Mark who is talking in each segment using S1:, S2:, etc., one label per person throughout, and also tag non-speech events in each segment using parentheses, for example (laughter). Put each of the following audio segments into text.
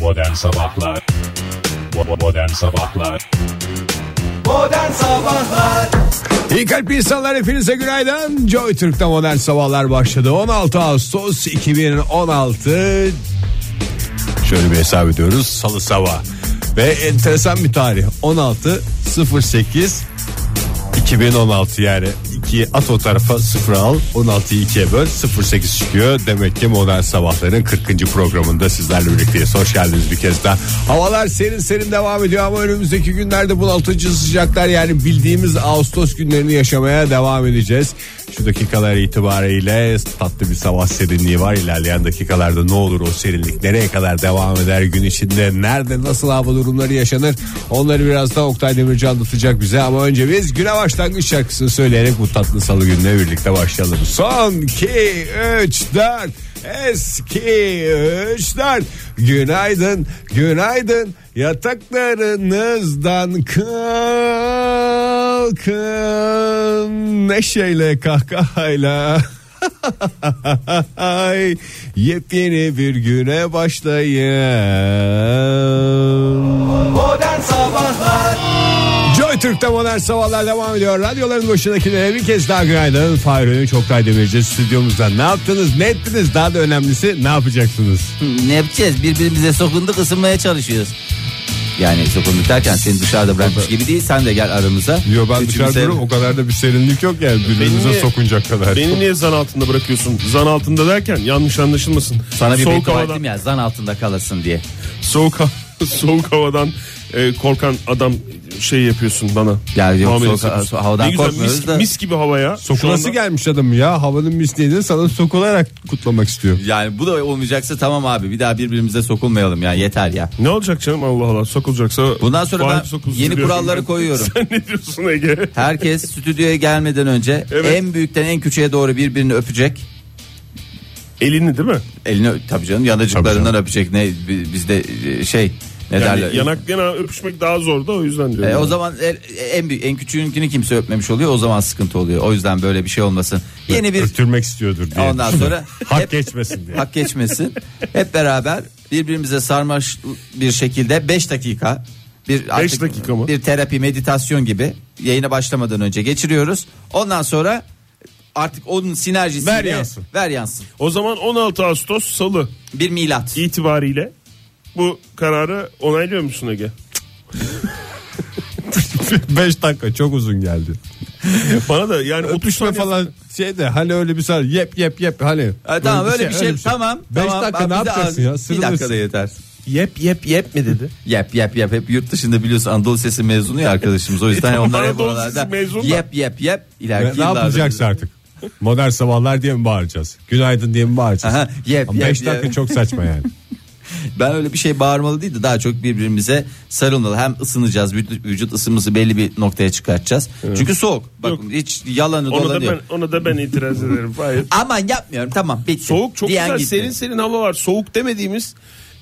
S1: Modern Sabahlar Bo- Modern Sabahlar
S2: İyi kalp insanlar hepinize günaydın. Joy Türk'te modern sabahlar başladı. 16 Ağustos 2016. Şöyle bir hesap ediyoruz. Salı sabah. Ve enteresan bir tarih. 16.08 2016 yani 2 at o tarafa 0 al 16'yı 2'ye böl 08 çıkıyor demek ki modern sabahların 40. programında sizlerle birlikteyiz hoş geldiniz bir kez daha havalar serin serin devam ediyor ama önümüzdeki günlerde bunaltıcı sıcaklar yani bildiğimiz Ağustos günlerini yaşamaya devam edeceğiz şu dakikalar itibariyle tatlı bir sabah serinliği var ilerleyen dakikalarda ne olur o serinlik nereye kadar devam eder gün içinde nerede nasıl hava durumları yaşanır onları biraz daha Oktay Demirci anlatacak bize ama önce biz güne başlangıç şarkısını söyleyerek bu tatlı salı gününe birlikte başlayalım. Son 2 3 4 eski 3 4 günaydın günaydın yataklarınızdan kalkın neşeyle kahkahayla (laughs) Ay, yepyeni bir güne başlayın. Joy Türk'te modern sabahlar devam ediyor. Radyoların başındakilere bir kez daha günaydın. Fahir Öğünç, Oktay Demirci stüdyomuzda. Ne yaptınız, ne ettiniz? Daha da önemlisi ne yapacaksınız?
S3: Ne yapacağız? Birbirimize sokunduk ısınmaya çalışıyoruz. Yani sokunduk derken seni dışarıda bırakmış gibi değil. Sen de gel aramıza.
S2: Yo ben
S3: Üçümüze-
S2: dışarı dururum. O kadar da bir serinlik yok yani birbirimize
S4: Beni-
S2: sokunacak kadar.
S4: Beni niye zan altında bırakıyorsun? Zan altında derken yanlış anlaşılmasın.
S3: Sana bir
S4: soğuk
S3: beddua
S4: havadan,
S3: ettim ya zan altında kalırsın diye.
S4: soğuk, ha- (laughs) soğuk havadan e, korkan adam şey yapıyorsun bana.
S3: Ya yok,
S4: Muamelesi
S3: soğuk ha-
S4: yapıyorsun.
S3: havadan
S4: ne güzel,
S3: korkmuyoruz
S4: mis,
S3: da.
S4: mis gibi havaya.
S2: Sokulası gelmiş adam ya. Havanın misliğini sana sokularak kutlamak istiyor.
S3: Yani bu da olmayacaksa tamam abi bir daha birbirimize sokulmayalım ya yeter ya.
S4: Ne olacak canım Allah Allah sokulacaksa.
S3: Bundan sonra
S4: Fahir
S3: ben
S4: sokulsun
S3: yeni
S4: diyorum
S3: kuralları
S4: ben.
S3: koyuyorum.
S4: Sen (laughs) ne diyorsun Ege?
S3: Herkes stüdyoya gelmeden önce
S4: Evet.
S3: en büyükten en küçüğe doğru birbirini öpecek.
S4: Elini değil mi?
S3: Elini ö- tabii canım yanacıklarından öpecek ne bi- bizde e, şey ne
S4: Yani
S3: derler.
S4: yanak yana öpüşmek daha zor da o yüzden diyorum.
S3: E, o
S4: yani.
S3: zaman el- en büyük en küçüğünkini kimse öpmemiş oluyor. O zaman sıkıntı oluyor. O yüzden böyle bir şey olmasın. Yeni bir
S2: Ötürmek istiyordur diye.
S3: ondan sonra hep-
S2: geçmesin diye. (laughs)
S3: hak geçmesin. Hep beraber birbirimize sarmaş bir şekilde 5 dakika bir artık
S4: dakika mı?
S3: bir terapi meditasyon gibi yayına başlamadan önce geçiriyoruz. Ondan sonra artık onun sinerjisiyle
S2: Ver yansın.
S3: ver yansın.
S4: o zaman 16 Ağustos Salı
S3: Bir milat.
S4: itibariyle bu kararı onaylıyor
S3: (laughs)
S4: musun Ege?
S2: 5 dakika çok uzun geldi.
S4: Bana da
S3: (laughs)
S4: yani 30
S2: Öpüşme
S4: saniye
S2: falan şey de hani öyle bir saniye yep yep yep hani.
S3: Ha, tamam öyle bir şey, tamam.
S2: 5
S3: tamam.
S2: dakika
S3: Bak,
S2: ne
S3: bir de
S2: yapacaksın
S3: az-
S2: ya?
S3: Bir
S2: Sırılırsın.
S3: dakika da yeter.
S2: Yep yep yep mi dedi?
S3: Yep yep yep hep yurt dışında biliyorsun Anadolu Sesi mezunu ya
S4: (laughs)
S3: arkadaşımız o yüzden
S4: Tamam,
S3: onlar hep
S4: Anadolu
S3: oralarda
S4: Sesi mezunu da.
S3: yep yep yep ileriki
S2: ne
S3: yıllarda-
S2: yapacaksa artık. Modern sabahlar diye mi bağıracağız? Günaydın diye mi bağıracağız?
S3: Aha, yep,
S2: Ama
S3: yep,
S2: beş dakika
S3: yep.
S2: çok saçma
S3: (laughs)
S2: yani.
S3: Ben öyle bir şey bağırmalı değil de daha çok birbirimize sarılmalı. Hem ısınacağız vücut, vücut ısımızı belli bir noktaya çıkartacağız. Çünkü soğuk. Bakın hiç yalanı
S4: Ona da
S3: dolanı
S4: ben
S3: yok.
S4: ona da
S3: (laughs)
S4: ben itiraz ederim. Hayır.
S3: Aman yapmıyorum tamam bitti.
S4: Soğuk çok
S3: Diyen
S4: güzel
S3: gitti.
S4: serin serin hava var. Soğuk demediğimiz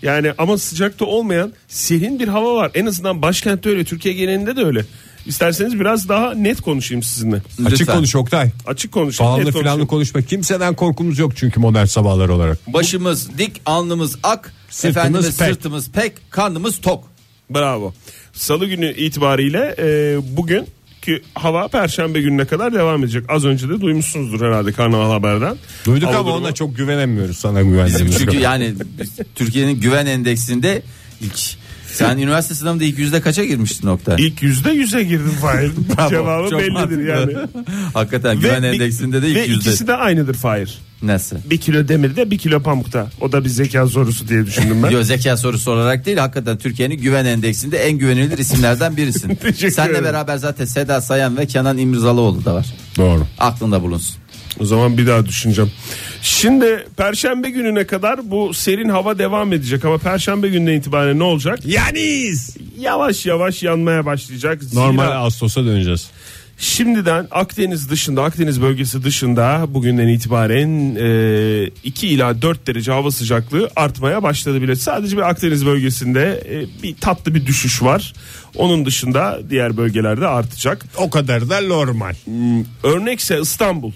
S4: yani ama sıcakta olmayan serin bir hava var. En azından başkentte öyle Türkiye genelinde de öyle. İsterseniz biraz daha net konuşayım sizinle.
S3: Lütfen.
S2: Açık konuş Oktay.
S4: Açık konuşayım.
S2: Pahalı
S4: net konuşayım.
S2: filanlı konuşma. Kimseden korkumuz yok çünkü modern sabahlar olarak.
S3: Başımız dik alnımız ak.
S2: Sırtımız
S3: efendimiz
S2: pek.
S3: sırtımız pek karnımız tok.
S4: Bravo. Salı günü itibariyle e, bugün ki hava perşembe gününe kadar devam edecek. Az önce de duymuşsunuzdur herhalde Karnaval Haber'den.
S2: Duyduk
S4: Hava
S2: ama
S4: durumu-
S2: ona çok güvenemiyoruz sana güvendiğimiz
S3: Çünkü
S2: kadar.
S3: yani biz- Türkiye'nin güven endeksinde ilk. Sen üniversite sınavında ilk yüzde kaça girmiştin nokta?
S4: İlk yüzde
S2: (laughs)
S4: yüze girdim Fahir. Cevabı
S3: Çok
S4: bellidir
S3: mantıklı.
S4: yani.
S3: (laughs) Hakikaten güven
S4: bir-
S3: endeksinde de
S4: ve
S3: ilk yüzde.
S4: ikisi de aynıdır Fahir.
S3: Nasıl?
S4: Bir kilo demirde bir kilo pamukta. O da bir zeka sorusu diye düşündüm
S3: (laughs)
S4: ben.
S3: Yo zeka sorusu olarak değil hakikaten Türkiye'nin güven endeksinde en güvenilir isimlerden birisin.
S4: (laughs) Teşekkür
S3: Senle
S4: ederim.
S3: beraber zaten Seda Sayan ve Kenan İmirzalıoğlu da var.
S2: Doğru.
S3: Aklında bulunsun.
S4: o zaman bir daha düşüneceğim. Şimdi perşembe gününe kadar bu serin hava devam edecek ama perşembe gününe itibaren ne olacak?
S2: Yaniz.
S4: Yavaş yavaş yanmaya başlayacak. Zira
S2: Normal Ağustos'a döneceğiz.
S4: şimdiden Akdeniz dışında, Akdeniz bölgesi dışında bugünden itibaren e, 2 ila 4 derece hava sıcaklığı artmaya başladı bile. Sadece bir Akdeniz bölgesinde e, bir tatlı bir düşüş var. Onun dışında diğer bölgelerde artacak.
S2: O kadar da normal.
S4: Örnekse İstanbul.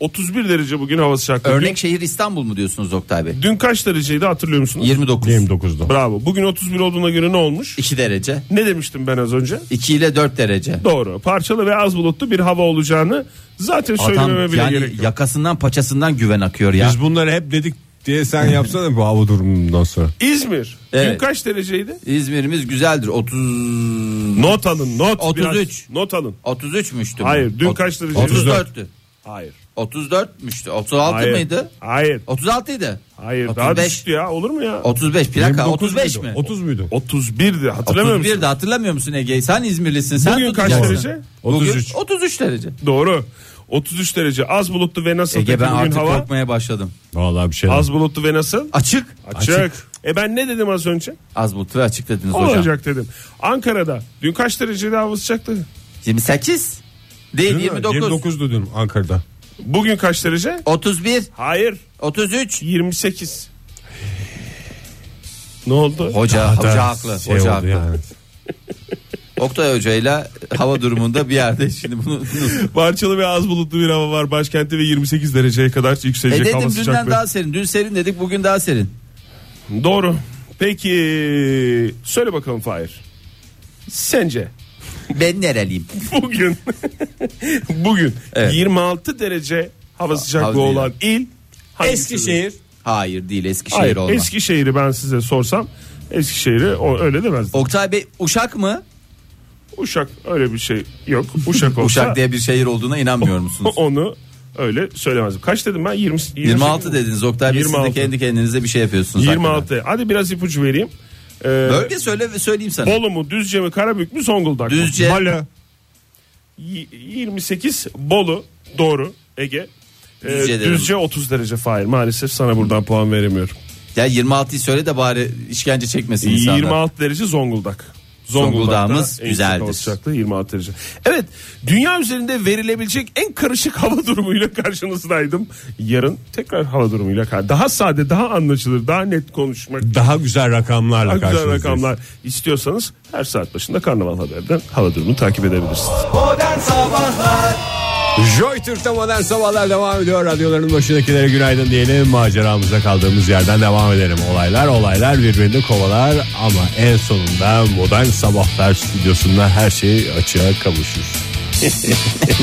S4: 31 derece bugün hava sıcaklığı.
S3: Örnek şehir İstanbul mu diyorsunuz Oktay Bey?
S4: Dün, dün kaç dereceydi hatırlıyor musunuz?
S3: 29.
S2: 29'da.
S4: Bravo. Bugün 31 olduğuna göre ne olmuş?
S3: 2 derece.
S4: Ne demiştim ben az önce?
S3: 2 ile 4 derece.
S4: Doğru. Parçalı ve az bulutlu bir hava olacağını zaten söylememe
S3: Adam
S4: bile
S3: yani
S4: gerek yok.
S3: yakasından paçasından güven akıyor ya.
S2: Biz bunları hep dedik diye sen yapsana bu hava durumundan sonra.
S4: İzmir. Dün
S3: Evet.
S4: kaç dereceydi?
S3: İzmir'imiz güzeldir. 30
S4: Not alın not.
S3: 33.
S4: Biraz. Not alın.
S3: 33 müçtü?
S4: Hayır, dün kaç dereceydi?
S3: 34'tü.
S4: Hayır.
S3: 34 müçtü. 36
S4: Hayır.
S3: mıydı?
S4: Hayır.
S3: 36 idi.
S4: Hayır. Daha
S3: 35.
S4: düştü ya. Olur mu ya?
S3: 35 plaka
S2: 29
S3: 35
S2: muydu?
S3: mi?
S2: 30 muydu?
S4: 31'di. Hatırlamıyor musun?
S3: 31'de hatırlamıyor musun Ege? Sen İzmirlisin. Sen
S4: Bugün kaç
S3: tutacaksın.
S4: derece?
S3: Bugün
S2: 33.
S3: 33 derece.
S4: Doğru. 33 derece. Az bulutlu ve nasıl?
S3: Ege
S4: peki
S3: ben
S4: bugün
S3: artık
S4: hava?
S3: korkmaya başladım.
S2: Vallahi bir şey.
S4: Az bulutlu ve nasıl?
S3: Açık.
S4: Açık. E ben ne dedim az önce?
S3: Az bulutlu ve açık dediniz hocam.
S4: Olacak dedim. Ankara'da dün kaç dereceydi hava sıcaklığı?
S3: 28 değil 29.
S2: 29'du dün Ankara'da.
S4: Bugün kaç derece?
S3: 31
S4: Hayır.
S3: 33
S4: 28. Ne oldu?
S3: Hoca hoca
S2: Da
S3: haklı.
S2: şey oldu
S3: hoca haklı.
S2: yani.
S3: Oktay hocayla hava durumunda bir yerde şimdi bunu
S4: Parçalı ve az bulutlu bir hava var başkentte ve 28 dereceye kadar
S3: E
S4: yükselecek
S3: dedim
S4: hava
S3: dünden
S4: sıcaklığı.
S3: daha serin. Dün serin dedik, bugün daha serin.
S4: Doğru. Peki söyle bakalım Fahir. Sence (laughs)
S3: Ben nereliyim?
S4: bugün (laughs) bugün
S3: Evet.
S4: 26 derece hava sıcaklığı
S3: Havzıyla.
S4: olan il hangisidir?
S3: Hayır değil Eskişehir
S4: Hayır,
S3: olmaz.
S4: Eskişehir'i ben size sorsam Eskişehir'i o öyle demez.
S3: Oktay Bey Uşak mı?
S4: Uşak öyle bir şey yok.
S3: (laughs)
S4: Uşak olsa
S3: Uşak diye bir şehir olduğuna inanmıyor musunuz?
S4: onu öyle söylemezdim. Kaç dedim ben? 20,
S3: 26 dediniz Oktay Bey siz
S4: 26.
S3: de kendi kendinize bir şey yapıyorsunuz.
S4: 26.
S3: hakikaten.
S4: Hadi biraz ipucu vereyim. Ee,
S3: Bölge söyle ve söyleyeyim sana.
S4: Bolu mu, Düzce mi, Karabük mü, Zonguldak mı?
S3: Düzce.
S4: Hala. Y- 28 Bolu doğru Ege. Ee,
S3: Düzce
S4: Düzce,
S3: dedim.
S4: 30 derece Fahir. Maalesef sana buradan puan veremiyorum.
S3: Ya 26'yı söyle de bari işkence çekmesin insanlar.
S4: 26 derece Zonguldak. Zonguldak'ta
S3: Zonguldak'ımız
S4: en yüksek
S3: güzeldir.
S4: hava sıcaklığı 26 derece. Evet dünya üzerinde verilebilecek en karışık (laughs) hava durumuyla karşınızdaydım. Yarın tekrar hava durumuyla kar- daha sade daha anlaşılır daha net konuşmak.
S2: Daha güzel rakamlarla
S4: Daha güzel
S2: karşınızdayız.
S4: rakamlar istiyorsanız her saat başında Karnaval Haber'den hava durumunu takip edebilirsiniz.
S2: Joy Türk'te modern sabahlar devam ediyor. Radyoların başındakilere günaydın diyelim. Maceramıza kaldığımız yerden devam edelim. Olaylar olaylar birbirini kovalar ama en sonunda modern sabahlar stüdyosunda her şey açığa kavuşur.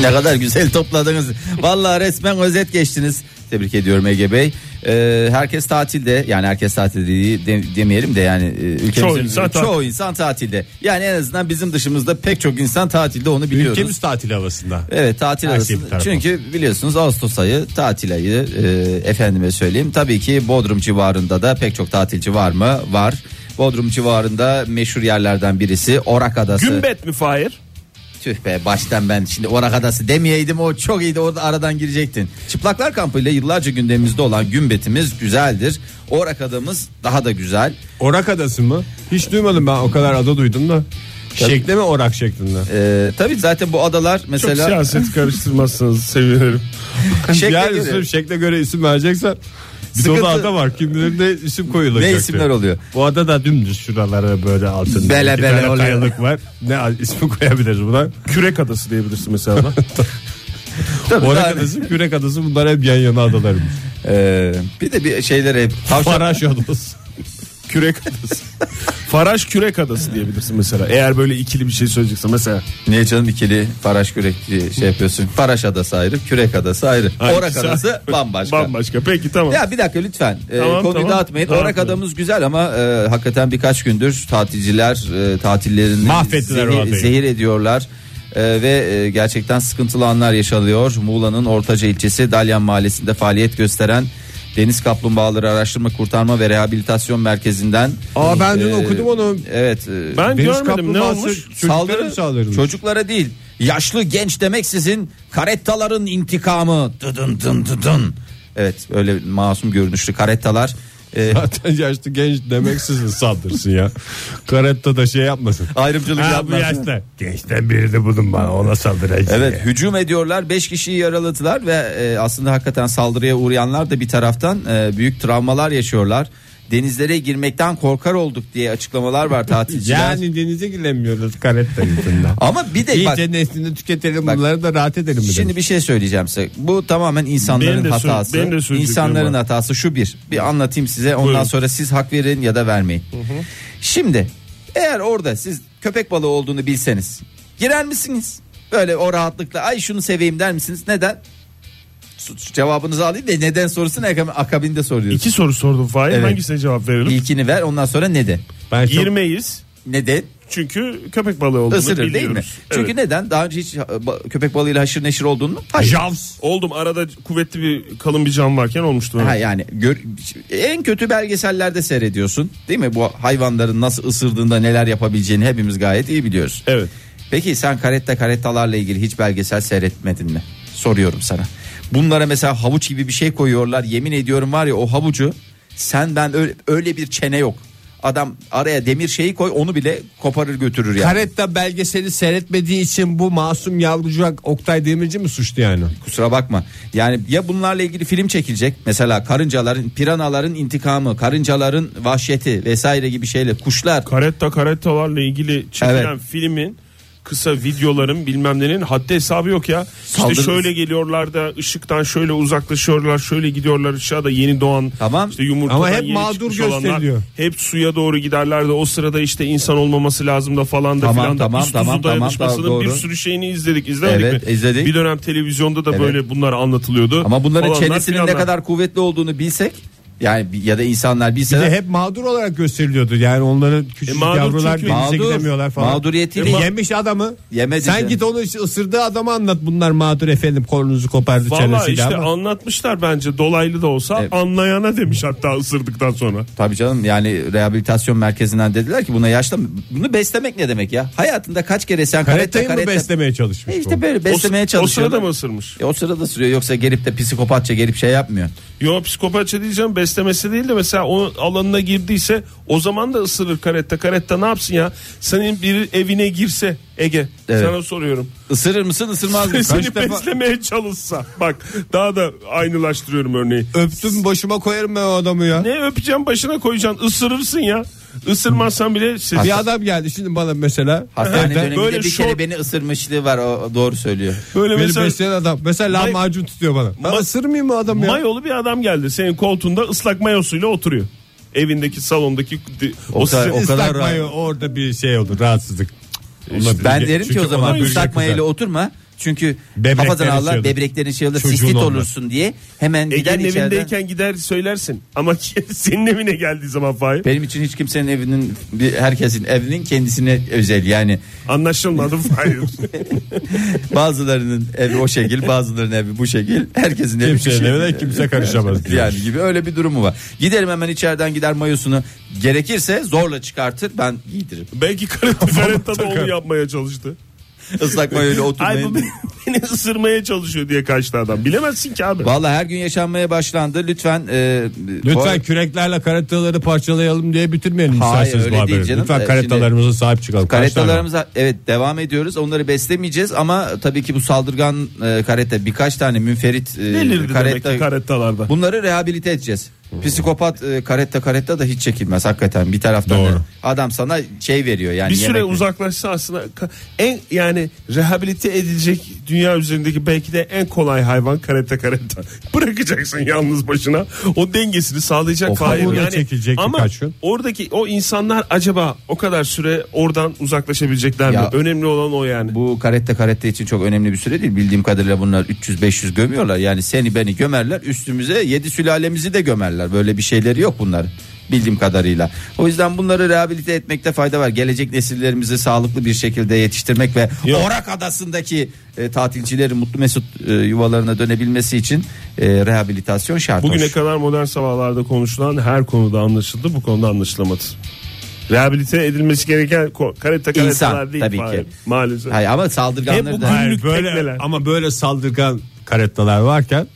S3: (laughs) ne kadar güzel topladınız. Vallahi resmen özet geçtiniz. Tebrik ediyorum Ege Bey. Ee, herkes tatilde yani herkes tatilde değil, de- demeyelim de yani e, ülkemizin
S4: Çoğu insan tatil.
S3: çoğu insan tatilde. Yani en azından bizim dışımızda pek çok insan tatilde onu biliyoruz.
S2: Ülkemiz tatil havasında.
S3: Evet tatil
S2: Her şey
S3: arasında.
S2: bir tarafa.
S3: Çünkü biliyorsunuz Ağustos ayı tatil ayı e, efendime söyleyeyim. Tabii ki Bodrum civarında da pek çok tatilci var mı? Var. Bodrum civarında meşhur yerlerden birisi Orak Adası.
S4: Gümbet mi Fahir?
S3: Tüh be baştan ben şimdi Orak Adası demeyeydim o çok iyiydi orada aradan girecektin. Çıplaklar kampıyla yıllarca gündemimizde olan Gümbet'imiz güzeldir. Orak Adamız daha da güzel.
S2: Orak adası mı? Hiç duymadım ben o kadar ada duydum da. Şekli mi orak şeklinde?
S3: Ee, tabii zaten bu adalar
S4: Çok
S3: mesela
S4: siyaset karıştırmazsanız sevinirim.
S3: Şekle
S2: Diğer
S3: göre-
S2: isim şekle göre isim vereceksen bir
S3: Sıkıntı-
S2: dolu ada var. Kim bilir ne isim koyulacak.
S3: Ne isimler oluyor?
S2: Bu ada da dümdüz şuralara böyle altında.
S3: Bele
S2: iki
S3: bele
S2: tane
S3: oluyor.
S2: kayalık var. Ne ismi koyabiliriz buna?
S4: Kürek adası diyebilirsin
S3: (laughs)
S4: mesela. buna.
S3: Tabii,
S2: Orak
S3: daha-
S2: adası, Kürek adası bunlar hep yan yana
S3: (laughs)
S2: adalarımız.
S3: Ee, bir de bir şeyler hep tavşan
S2: Faraş adası.
S4: kürek adası. (laughs) Faraş kürek adası diyebilirsin mesela. Eğer böyle ikili bir şey söyleyeceksen mesela.
S3: Niye canım ikili Faraş Kürek diye şey yapıyorsun. Faraş adası ayrı, Kürek adası ayrı.
S4: Hayır,
S3: Orak
S4: sen-
S3: adası bambaşka.
S4: (laughs) Bambaşka. Peki tamam.
S3: Ya bir dakika lütfen Ee,
S4: Tamam,
S3: konuyu
S4: tamam.
S3: dağıtmayın.
S4: Dağıtmayalım.
S3: Orak adamız güzel ama e, hakikaten birkaç gündür tatilciler e, tatillerini
S2: Mahvettiler o
S3: zehir,
S2: adayı.
S3: zehir ediyorlar. E, ve e, gerçekten sıkıntılı anlar yaşanıyor. Muğla'nın Ortaca ilçesi Dalyan Mahallesi'nde faaliyet gösteren Deniz Kaplumbağaları Araştırma Kurtarma ve Rehabilitasyon Merkezi'nden
S2: Aa ben dün
S3: e,
S2: okudum onu.
S3: Evet. e,
S4: ben
S2: Deniz
S4: görmedim ne
S2: kaplumbağası
S4: olmuş?
S2: Çocuklara mı saldırmış?
S3: Çocuklara değil. Yaşlı genç demek sizin karettaların intikamı. Dıdın dın dıdın. Evet öyle masum görünüşlü karettalar.
S2: (laughs)
S3: Ee,
S2: Zaten yaşlı genç demek sizin saldırsın ya. Karetta da şey yapmasın.
S3: ayrımcılık
S2: Ha, bu
S3: yapmaz.
S2: yaşta. Gençten birini de bulun bana ona saldıracağım.
S3: Evet hücum ediyorlar 5 kişiyi yaraladılar ve e, aslında hakikaten saldırıya uğrayanlar da bir taraftan e, büyük travmalar yaşıyorlar. denizlere girmekten korkar olduk diye
S2: (laughs)
S3: açıklamalar var tatilciler.
S2: Yani denize giremiyoruz karetta
S3: (laughs)
S2: yüzünden.
S3: Ama bir de bak
S2: İyice neslini tüketelim
S3: Bak.
S2: bunları da rahat edelim. mi
S3: Şimdi
S2: demiş.
S3: bir şey söyleyeceğim size. Bu tamamen insanların
S4: Benim de sö-
S3: hatası.
S4: benim de söyleyeceklerim
S3: insanların
S4: var.
S3: hatası şu bir. Bir anlatayım size. Ondan
S4: Buyurun.
S3: sonra siz hak verin ya da vermeyin. Şimdi eğer orada siz köpek balığı olduğunu bilseniz girer misiniz? Böyle o rahatlıkla ay şunu seveyim der misiniz? Neden? Su- Cevabınızı alayım ve neden sorusunu akab- akabinde soruyorsunuz.
S4: İki soru sordum Fahir.
S3: Evet. E,
S4: Hangisine cevap verelim?
S3: İlkini ver ondan sonra neden?
S2: ben çok
S4: Girmeyiz.
S3: Neden?
S4: Çünkü köpek balığı olduğunu
S3: Isırır
S4: biliyoruz.
S3: değil mi? Çünkü
S4: Evet.
S3: neden? Daha önce hiç e, ba- köpek balığıyla haşır neşir oldun mu? Hayır.
S2: Javs.
S4: Oldum arada kuvvetli bir kalın bir cam varken olmuştu.
S3: Ha yani gör- en kötü belgesellerde seyrediyorsun değil mi? Bu hayvanların nasıl ısırdığında neler yapabileceğini hepimiz gayet iyi biliyoruz.
S4: Evet.
S3: Peki sen karetta karettalarla ilgili hiç belgesel seyretmedin mi? Soruyorum sana. Bunlara mesela havuç gibi bir şey koyuyorlar. Yemin ediyorum var ya o havucu sen ben öyle, öyle bir çene yok. Adam araya demir şeyi koy onu bile koparır götürür yani.
S2: Karetta belgeseli seyretmediği için bu masum yavrucak Oktay Demirci mi suçlu yani?
S3: Kusura bakma. Yani ya bunlarla ilgili film çekilecek. Mesela karıncaların, piranaların intikamı, karıncaların vahşeti vesaire gibi şeyle kuşlar.
S4: Karetta karettalarla ilgili çekilen
S3: Evet.
S4: filmin kısa videoların bilmem nenin haddi hesabı yok ya.
S3: Saldırı-
S4: İşte şöyle geliyorlar da ışıktan şöyle uzaklaşıyorlar şöyle gidiyorlar aşağıda yeni doğan
S3: Tamam.
S4: işte yumurtadan
S2: Ama hep
S4: yeni
S2: mağdur
S4: çıkmış
S2: gösteriliyor.
S4: Olanlar, hep suya doğru giderler de o sırada işte insan olmaması lazım da falan da
S3: Tamam,
S4: filan da
S3: tamam,
S4: üst
S3: tamam,
S4: uzun
S3: tamam,
S4: dayanışmasının
S3: tamam,
S4: bir
S3: doğru.
S4: sürü şeyini izledik izlemedik
S3: Evet,
S4: mi?
S3: izledik.
S4: Bir dönem televizyonda da
S3: Evet.
S4: böyle bunlar anlatılıyordu.
S3: Ama bunların
S4: Falanlar
S3: çenesinin ne
S4: filanlar.
S3: kadar kuvvetli olduğunu bilsek yani bi- ya da insanlar
S2: Bir de
S3: bilse
S2: hep mağdur olarak gösteriliyordu. Yani onların küçük
S4: E, mağdur
S2: yavrular
S4: çünkü-
S2: denize
S3: Mağdur.
S2: gidemiyorlar falan.
S3: Mağduriyetiyle-
S2: E, yemiş adamı.
S3: Yemedi
S2: Sen
S3: canım.
S2: git onu işte ısırdığı adama anlat. Bunlar mağdur efendim kolunuzu kopardı
S4: Valla
S2: çenesiyle
S4: işte
S2: ama.
S4: anlatmışlar bence dolaylı da olsa
S3: Evet.
S4: anlayana demiş hatta ısırdıktan sonra.
S3: tabii canım yani rehabilitasyon merkezinden dediler ki buna yaşlı bunu beslemek ne demek ya? Hayatında kaç kere sen karetta
S2: Karettayı mı
S3: karetta
S2: beslemeye çalışmış
S3: E
S2: bu?
S3: işte böyle beslemeye
S4: o,
S3: çalışıyor.
S4: O sırada mı ısırmış?
S3: E o sırada sürüyor yoksa gelip de psikopatça gelip şey yapmıyor.
S4: Yo psikopatça diyeceğim beslemesi değil de mesela o alanına girdiyse o zaman da ısırır karetta. Karetta ne yapsın ya? Senin bir evine girse Ege
S3: Evet.
S4: sana soruyorum.
S3: Isırır mısın ısırmaz mısın?
S2: (laughs)
S4: Seni
S2: defa-
S4: beslemeye çalışsa bak daha da aynılaştırıyorum örneği.
S2: Öptüm başıma koyarım ben o adamı ya.
S4: Ne öpeceğim başına koyacaksın ısırırsın ya. Isırmazsan bile seni-
S2: Bir adam geldi şimdi bana mesela.
S3: Hastane
S2: Evden
S3: döneminde
S4: böyle
S3: bir kere
S4: şort-
S3: beni ısırmışlığı var o o doğru söylüyor.
S4: böyle
S2: Beni
S4: mesela
S2: besleyen adam. Mesela
S4: May-
S2: lahmacun tutuyor bana. Ben
S4: Ma-
S2: ısırmayayım mı adam ya?
S4: mayolu bir adam geldi senin koltuğunda ıslak mayosuyla oturuyor. Evindeki salondaki o,
S3: kadar-
S4: sizin-
S3: o kadar
S2: Islak
S3: rahat-
S2: mayo orada bir şey olur rahatsızlık. Olabilir.
S3: Ben derim ki
S2: Çünkü
S3: o zaman
S2: ona
S3: ıslak
S2: göre
S3: mayayla
S2: güzel.
S3: oturma. Çünkü
S2: Böbreklerin
S3: hafazan ağlar
S2: şey olur.
S3: böbreklerin şey olur
S2: Çocuğun
S3: sistit
S2: olmaz.
S3: olursun diye hemen gider
S4: Ege'nin
S3: içeriden.
S4: evindeyken gider söylersin. Ama (laughs) senin evine geldiği zaman Fahir.
S3: Benim için hiç kimsenin evinin bir herkesin evinin kendisine özel yani
S4: Anlaşılmadı Fahir.
S3: bazılarının evi
S2: (laughs)
S3: o şekil bazılarının evi bu şekil herkesin evi bir
S2: Kimsenin
S3: şey.
S2: evine kimse karışamaz. diyor.
S3: (laughs) yani gibi öyle bir durumu var. Giderim hemen içeriden gider mayosunu gerekirse zorla çıkartır ben giydiririm.
S4: Belki karetta karetta da onu yapmaya çalıştı.
S3: Islak mayoyla
S4: Ay bu
S3: oturmayın.
S4: beni, beni (laughs) ısırmaya çalışıyor diye kaçtı adam. Bilemezsin ki abi.
S3: Vallahi her gün yaşanmaya başlandı. Lütfen e, bu
S2: Lütfen
S3: arada-
S2: küreklerle karetaları parçalayalım diye bitirmeyelim
S3: Hayır,
S2: isterseniz
S3: öyle
S2: bu
S3: değil
S2: haberi.
S3: canım.
S2: Lütfen
S3: Ee,
S2: karetalarımıza sahip çıkalım. Kaç tane var?
S3: Karettalarımıza evet devam ediyoruz. Onları beslemeyeceğiz ama tabii ki bu saldırgan e, karetta birkaç tane münferit e,
S4: Delirdi demek
S3: karetta-
S4: ki karettalarda.
S3: Bunları rehabilite edeceğiz. Psikopat e, karetta karetta da hiç çekilmez hakikaten bir taraftan.
S2: Doğru.
S3: da. Adam sana şey veriyor yani.
S4: Bir süre
S3: yemek-
S4: uzaklaşsa aslında ka- en yani rehabilite edilecek dünya üzerindeki belki de en kolay hayvan karetta karetta. (laughs) Bırakacaksın yalnız başına. O dengesini sağlayacak
S3: O
S4: Fahir.
S2: kabuğuna çekilecek
S4: ama
S2: birkaç gün.
S4: oradaki o insanlar acaba o kadar süre oradan uzaklaşabilecekler mi?
S3: Ya-
S4: Önemli olan o yani.
S3: Bu karetta karetta için çok önemli bir süre değil. Bildiğim kadarıyla bunlar 300-500 gömüyorlar. Yani seni beni gömerler üstümüze 7 sülalemizi de gömerler. Böyle bir şeyleri yok bunlar bildiğim kadarıyla. O yüzden bunları rehabilite etmekte fayda var. Gelecek nesillerimizi sağlıklı bir şekilde yetiştirmek ve Orak Adası'ndaki e, tatilcilerin mutlu mesut e, yuvalarına dönebilmesi için e, rehabilitasyon şart.
S4: Bugüne
S3: hoş.
S4: kadar modern sabahlarda konuşulan her konuda anlaşıldı. Bu konuda anlaşılamadı. Rehabilite edilmesi gereken ko- karate
S3: İnsan,
S4: karateler değil.
S3: tabii
S4: Fahir.
S3: ki.
S4: Maalesef.
S3: Hayır, ama saldırganları
S4: Hep bu
S3: da-
S4: günlük
S2: Hayır, böyle
S4: tekneler.
S2: ama böyle saldırgan karettalar varken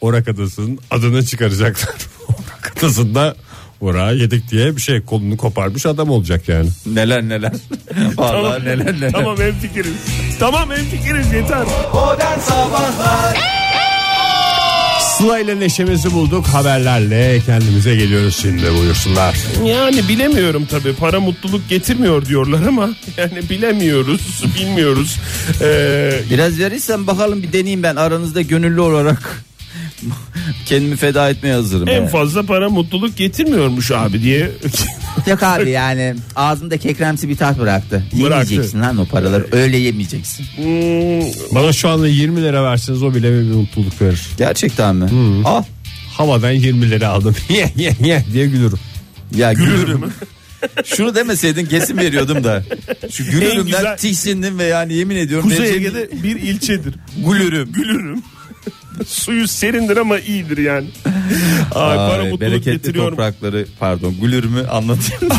S2: Orak Adası'nın adını çıkaracaklar. (laughs) Orak Adası'nda Orak'ı yedik diye bir şey kolunu koparmış adam olacak yani.
S3: (laughs) neler neler. Vallahi neler neler.
S4: (laughs) Tamam en fikiriz. Tamam en fikiriz yeter.
S2: Sıla ile neşemizi bulduk haberlerle kendimize geliyoruz şimdi buyursunlar.
S4: Yani bilemiyorum tabii para mutluluk getirmiyor diyorlar ama (laughs) yani bilemiyoruz bilmiyoruz. Ee,
S3: Biraz verirsen bakalım bir deneyeyim ben aranızda gönüllü olarak (laughs) kendimi feda etmeye hazırım.
S4: en
S3: yani.
S4: fazla para mutluluk getirmiyormuş abi diye (laughs)
S3: Yok abi yani ağzımdaki ekremsi bir tat bıraktı.
S4: Bıraktı.
S3: Yemeyeceksin lan o paraları öyle yemeyeceksin.
S4: Hmm,
S2: Bana şu anda 20 lira verseniz o bile bir mutluluk verir.
S3: Gerçekten mi?
S4: Hmm.
S3: Al.
S2: Havadan 20 lira aldım (laughs) ye ye ye diye gülürüm.
S3: Ya gülürüm. Şunu demeseydin kesin veriyordum da. Şu gülürümden
S4: güzel-
S3: tiksindim ve yani yemin ediyorum.
S4: Kuzey
S3: vereceğim-
S4: Ege'de bir ilçedir. (laughs)
S3: gülürüm.
S4: Gülürüm. Suyu serindir ama
S3: (laughs)
S4: iyidir yani. Ay,
S3: Ay,
S4: para mutluluk
S3: bereketli
S4: getiriyor.
S3: toprakları pardon gülürümü anlatayım.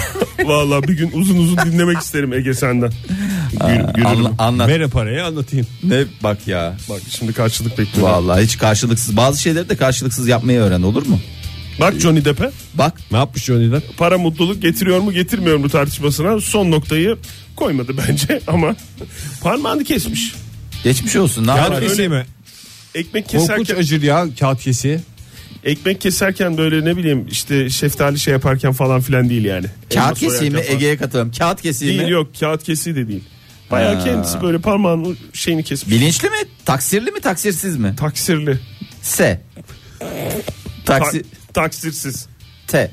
S4: Vallahi bir gün uzun uzun dinlemek isterim Ege senden. Gül, gülürüm.
S3: Anla- anlat.
S2: Ver parayı anlatayım.
S3: Ne bak ya.
S4: Bak şimdi karşılık bekliyorum.
S3: Vallahi hiç karşılıksız bazı şeyleri de karşılıksız yapmayı öğren olur mu?
S4: Bak Johnny Depp'e
S3: Bak
S2: Ne yapmış Johnny Depp?
S4: para mutluluk getiriyor mu getirmiyor mu tartışmasına son noktayı koymadı bence (laughs) ama parmağını kesmiş.
S3: geçmiş olsun. Ne
S2: Kağıt
S3: yapar?
S2: kesiği mi?
S4: Ekmek
S2: Korkunç
S4: keserken
S2: acır ya kağıt kesiği.
S4: ekmek keserken böyle ne bileyim işte şeftali şey yaparken falan filan değil yani. Elma
S3: Kağıt keseyim mi?
S4: soyarken falan.
S3: Ege'ye katılalım. Kağıt keseyim
S4: Değil
S3: mi?
S4: yok kağıt kesiği de değil. Bayağı
S3: Ha.
S4: kendisi böyle parmağının şeyini kesmiş.
S3: Bilinçli mi? Taksirli mi? Taksirsiz mi?
S4: Taksirli.
S3: S.
S4: Ta-
S3: Taksi
S4: taksirsiz.
S3: T.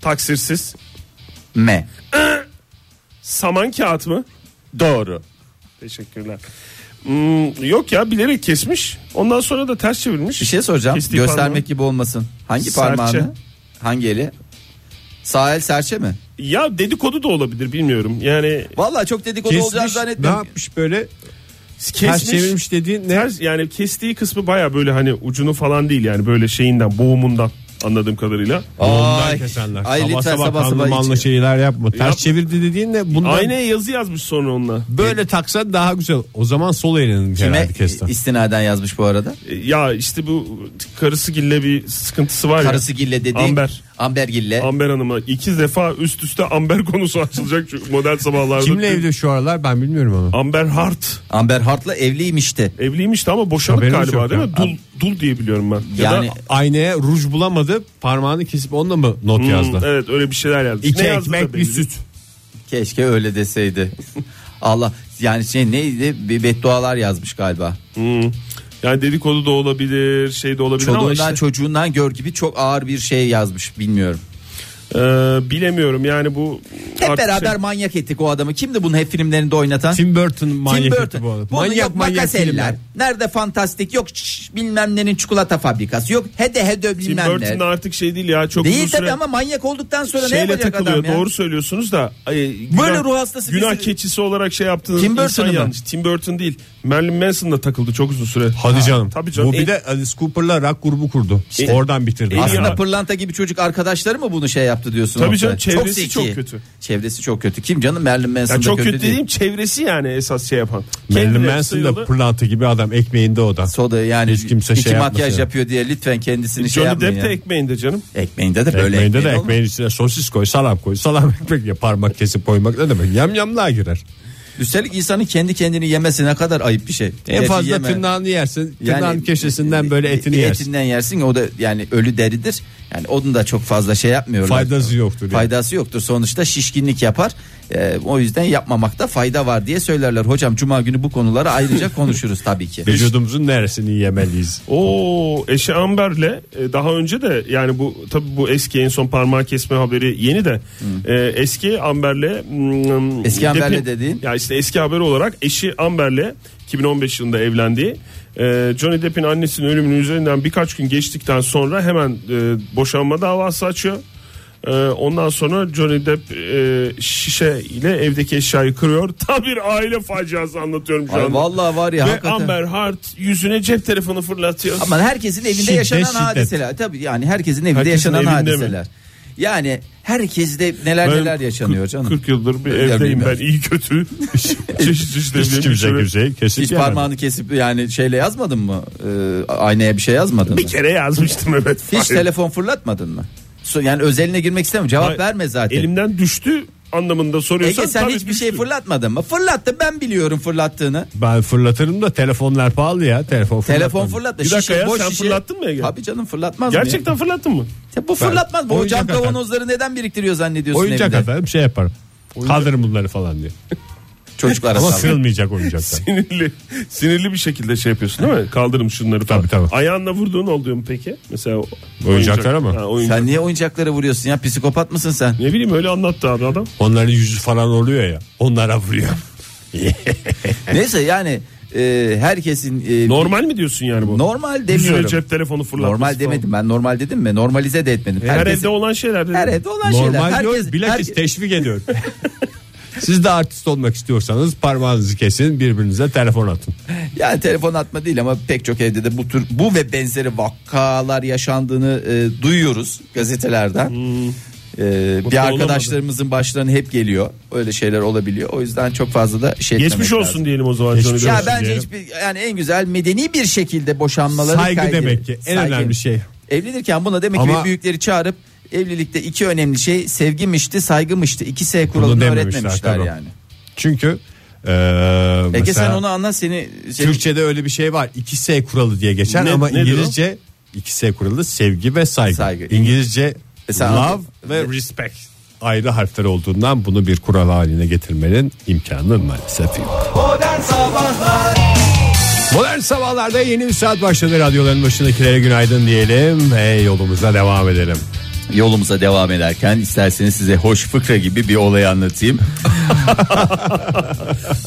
S4: Taksirsiz.
S3: M.
S4: Saman kağıt mı?
S3: Doğru.
S4: Teşekkürler. Hmm, yok ya bilerek kesmiş. Ondan sonra da ters çevirmiş.
S3: Bir şey soracağım.
S4: Kestiği
S3: Göstermek
S4: parmağı.
S3: gibi olmasın. Hangi
S4: Serçe.
S3: parmağını? Hangi eli? Sağ el serçe mi?
S4: Ya dedikodu da olabilir bilmiyorum. Yani
S3: Vallahi çok dedikodu olacağını
S2: Kesmiş ne
S3: zannetmiyorum.
S2: yapmış böyle ters
S4: kesmiş.
S2: çevirmiş dediğin ne?
S4: Ters, yani kestiği kısmı baya böyle hani ucunu falan değil yani böyle şeyinden boğumundan anladığım kadarıyla.
S2: Ondan
S3: Ay,
S2: kesenler.
S3: ay
S2: sabah
S3: lütfen
S2: sabah,
S3: sabah sabah
S2: kanlı manlı
S3: hiç-
S2: şeyler yapma. Ters
S4: Yap-
S2: çevirdi dediğin ne? Bundan
S4: Aynaya yazı yazmış sonra onunla.
S2: böyle taksan daha güzel. O zaman sol elinin
S3: Kime
S2: herhalde kesten.
S3: istinaden yazmış bu arada?
S4: Ya işte bu karısı gille bir sıkıntısı var ya.
S3: Karısı Gille dediğim.
S4: Amber.
S3: Amber Gille.
S4: Amber Hanım'a iki defa üst üste Amber konusu açılacak şu modern sabahlarda.
S2: Kimle evde şu aralar ben bilmiyorum ama.
S4: Amber Hart.
S3: Amber Hart'la evliymişti.
S4: Evliymişti ama boşanık
S2: Haberimiz
S4: galiba
S2: yok
S4: değil
S2: ya.
S4: mi? Dul, dul diye biliyorum ben. Ya da-
S3: Yani
S2: Aynaya ruj bulamadı parmağını kesip onunla mı not
S4: Hmm,
S2: yazdı?
S4: evet öyle bir şeyler yazdı.
S2: İki
S4: Ne yazdı da
S2: ekmek
S4: belli
S2: bir
S4: değil.
S2: süt.
S3: keşke öyle deseydi. Allah yani şey neydi? Bir beddualar yazmış galiba.
S4: Hmm. Yani dedikodu da olabilir, şey de olabilir ama
S3: Çoluğundan
S4: işte,
S3: çocuğundan gör gibi çok ağır bir şey yazmış bilmiyorum.
S4: e, bilemiyorum yani bu
S3: Hep
S4: artık
S3: beraber
S4: şey-
S3: manyak ettik o adamı. Kimdi bunu hep filmlerinde oynatan?
S2: Tim Burton manyak
S3: Burton.
S2: bu adam.
S3: Bunu yok makas
S2: filmler.
S3: eller. Nerede fantastik yok şş, bilmem nenin çikolata fabrikası yok. Hede hede
S4: Tim
S3: bilmem
S4: Burton
S3: ne.
S4: da artık şey değil ya çok uzun
S3: Değil
S4: süre
S3: tabi ama manyak olduktan sonra ne
S4: şeyle
S3: yapacak
S4: takılıyor.
S3: adam ya?
S4: Doğru söylüyorsunuz da ay, günah,
S3: Böyle ruh hastası
S4: günah
S3: bizi-
S4: keçisi olarak şey yaptığınız
S3: Tim
S4: insan
S3: Burton'ı mı?
S4: yanlış. Tim Burton değil. Marilyn Manson'la takıldı çok uzun süre.
S2: Hadi canım.
S4: Tabii canım. E-
S2: Bu bir de Alice Cooper'la rock grubu kurdu. Oradan bitirdi.
S4: En-
S3: Aslında
S4: Ya.
S3: pırlanta gibi çocuk arkadaşları mı bunu şey yaptı diyorsun?
S4: Tabii
S3: Oktay?
S4: canım, çevresi
S3: zeki.
S4: çok kötü.
S3: Çevresi çok kötü. Kim canım Merlin Manson
S4: Yani
S3: da
S4: çok
S3: kötü,
S4: kötü
S3: değil.
S4: dediğim çevresi yani esas şey yapan.
S2: Marilyn
S4: Kendileri
S2: Manson da
S4: sayılı.
S2: pırlanta gibi adam ekmeğinde o da.
S3: Soda yani
S2: Hiç kimse
S3: iki
S2: şey yapmasın
S3: makyaj
S2: ya.
S3: yapıyor diye lütfen kendisini şey
S4: Johnny
S3: yapmayın.
S4: Depp de
S3: ya.
S4: ekmeğinde canım.
S3: Ekmeğinde de böyle
S2: Ekmeğinde de
S3: ekmeğin olmaz.
S2: ekmeğin içine sosis koy, salam koy, salam ekmek ya parmak kesip koymak ne demek? Yam yamlığa girer.
S3: Üstelik insanın kendi kendini yemesi ne kadar ayıp bir şey.
S2: En
S3: Gerçi
S2: fazla
S3: yeme.
S2: tırnağını yersin. Tırnağın
S3: Yani-
S2: köşesinden böyle etini
S3: E-
S2: yersin.
S3: Etinden yersin o da yani ölü deridir. Yani onun da çok fazla şey yapmıyorlar.
S2: Faydası yoktur yani.
S3: Faydası yoktur. Sonuçta şişkinlik yapar. Ee, o yüzden yapmamakta fayda var diye söylerler. Hocam cuma günü bu konuları
S4: (laughs)
S3: ayrıca konuşuruz tabii ki.
S2: Vücudumuzun neresini yemeliyiz?
S4: Oo, eşi Amber'le e, daha önce de yani bu tabii bu eski en son parmağı kesme haberi yeni de e, eski Amber'le mm,
S3: Eski Amber'le
S4: Depp'in-
S3: dediğin?
S4: ya işte eski haber olarak eşi Amber'le 2015 yılında evlendiği e, Johnny Depp'in annesinin ölümünün üzerinden birkaç gün geçtikten sonra hemen e, boşanma davası açıyor. E, ondan sonra Johnny Depp e, şişe ile evdeki eşyayı kırıyor. (laughs) Tam bir aile faciası anlatıyorum şu
S3: Ay,
S4: anda.
S3: vallahi var ya
S4: Ve
S3: E, hakikaten.
S4: Amber Hart yüzüne cep telefonu fırlatıyor.
S3: Ama herkesin evinde
S2: Şiddet,
S3: yaşanan
S2: şiddet.
S3: hadiseler. Tabii yani herkesin evinde
S4: Herkesin
S3: yaşanan
S4: evinde mi?
S3: hadiseler. Yani herkeste neler neler yaşanıyor
S4: 40
S3: canım.
S4: 40 yıldır bir
S3: Evdeyim
S4: evdeyim
S3: ben.
S4: ben.
S3: (laughs)
S4: iyi kötü. çeşit çeşit
S2: Hiç
S4: evdeyim.
S2: kimse
S4: Bir
S2: kimseye kesip
S3: Hiç
S2: yemedi.
S3: parmağını kesip yani şeyle yazmadın mı? Ee, aynaya bir şey yazmadın mı?
S4: Bir kere yazmıştım evet.
S3: Hiç
S4: Hayır.
S3: telefon fırlatmadın mı? So- Yani özeline girmek istemiyorum. Cevap
S4: Hayır.
S3: verme zaten.
S4: Elimden düştü anlamında soruyorsan
S3: Ege sen
S4: tabii
S3: hiçbir
S4: düştü.
S3: şey fırlatmadın mı? Fırlattı ben biliyorum fırlattığını.
S2: Ben fırlatırım da telefonlar pahalı ya. Telefon
S3: Telefon
S2: fırlatmam.
S3: fırlattı.
S4: Bir dakika
S3: şişe,
S4: ya,
S3: boş
S4: sen
S3: şişe.
S4: fırlattın mı Ege?
S3: Tabii canım fırlatmaz mı?
S4: Gerçekten fırlattın mı? (laughs)
S3: ya? Ya bu fırlatmaz. Bu
S2: Oyuncak
S3: hocam
S2: efendim.
S3: kavanozları neden biriktiriyor zannediyorsun
S2: Oyuncak
S3: evinde?
S2: efendim şey yaparım. Kaldırın bunları falan diye.
S3: Çocuklara
S2: Ama
S3: sallıyor.
S2: sırılmayacak
S3: (laughs)
S2: oyuncaklar.
S4: Sinirli, sinirli bir şekilde şey yapıyorsun değil mi? Kaldırım şunları falan.
S2: Tabii, tabii.
S4: Ayağınla vurduğun oluyor mu peki? Mesela o-
S2: Oyuncaklara mı?
S4: Ha, oyuncak.
S3: Sen niye oyuncaklara vuruyorsun ya? Psikopat mısın sen?
S4: Ne bileyim öyle anlattı abi adam.
S2: Onların yüzü falan oluyor ya. Onlara vuruyor.
S3: Neyse yani e, herkesin e,
S4: Normal mi diyorsun yani bu?
S3: normal
S4: Yüzüne
S3: demiyorum.
S4: cep telefonu fırlatması
S3: Normal
S4: falan.
S3: demedim ben normal dedim mi? Normalize de etmedim.
S4: E, Her evde olan şeyler. dedi.
S3: her evde olan şeyler.
S2: Normal
S3: Herkes,
S2: diyor bilakis
S3: herkes-
S2: teşvik
S3: (laughs)
S2: ediyorum. Siz de artist olmak istiyorsanız parmağınızı kesin birbirinize telefon atın.
S3: Yani telefon atma değil ama pek çok evde de bu tür bu ve benzeri vakalar yaşandığını e, duyuyoruz gazetelerden.
S2: Hmm.
S3: E, bir arkadaşlarımızın başlarına hep geliyor. Öyle şeyler olabiliyor. O yüzden çok fazla da şey
S4: Geçmiş
S3: etmemek
S4: olsun
S3: lazım.
S4: diyelim o zaman.
S2: Geçmiş
S4: Johnny
S2: olsun.
S4: Depp.
S3: Ya
S2: diyorsun
S3: bence
S2: diyelim.
S3: hiçbir yani en güzel medeni bir şekilde boşanmaları
S2: Saygı
S3: kaygı-
S2: demek ki en önemli şey.
S3: Evlenirken buna demek
S2: Ama-
S3: ki büyükleri çağırıp evlilikte iki önemli şey sevgimişti, saygımıştı. İki S kuralını
S2: dememişler,
S3: öğretmemişler
S2: tabii.
S3: yani.
S2: Çünkü e,
S3: Ege sen
S2: mesela
S3: onu anla seni seni-
S2: Türkçe'de öyle bir şey var. 2S kuralı diye geçer
S4: Ne-
S2: ama
S4: nedir o?
S2: İngilizce 2S kuralı sevgi ve saygı.
S3: Saygı.
S2: İngilizce
S4: E
S3: Mesela-
S2: love ve respect ayrı harfler olduğundan bunu bir kural haline getirmenin imkanı maalesef yok. Modern sabahlarda yeni bir saat başladı. Radyoların başındakilere günaydın diyelim ve yolumuza devam edelim.
S3: Yolumuza devam ederken isterseniz size hoş fıkra gibi bir olay anlatayım.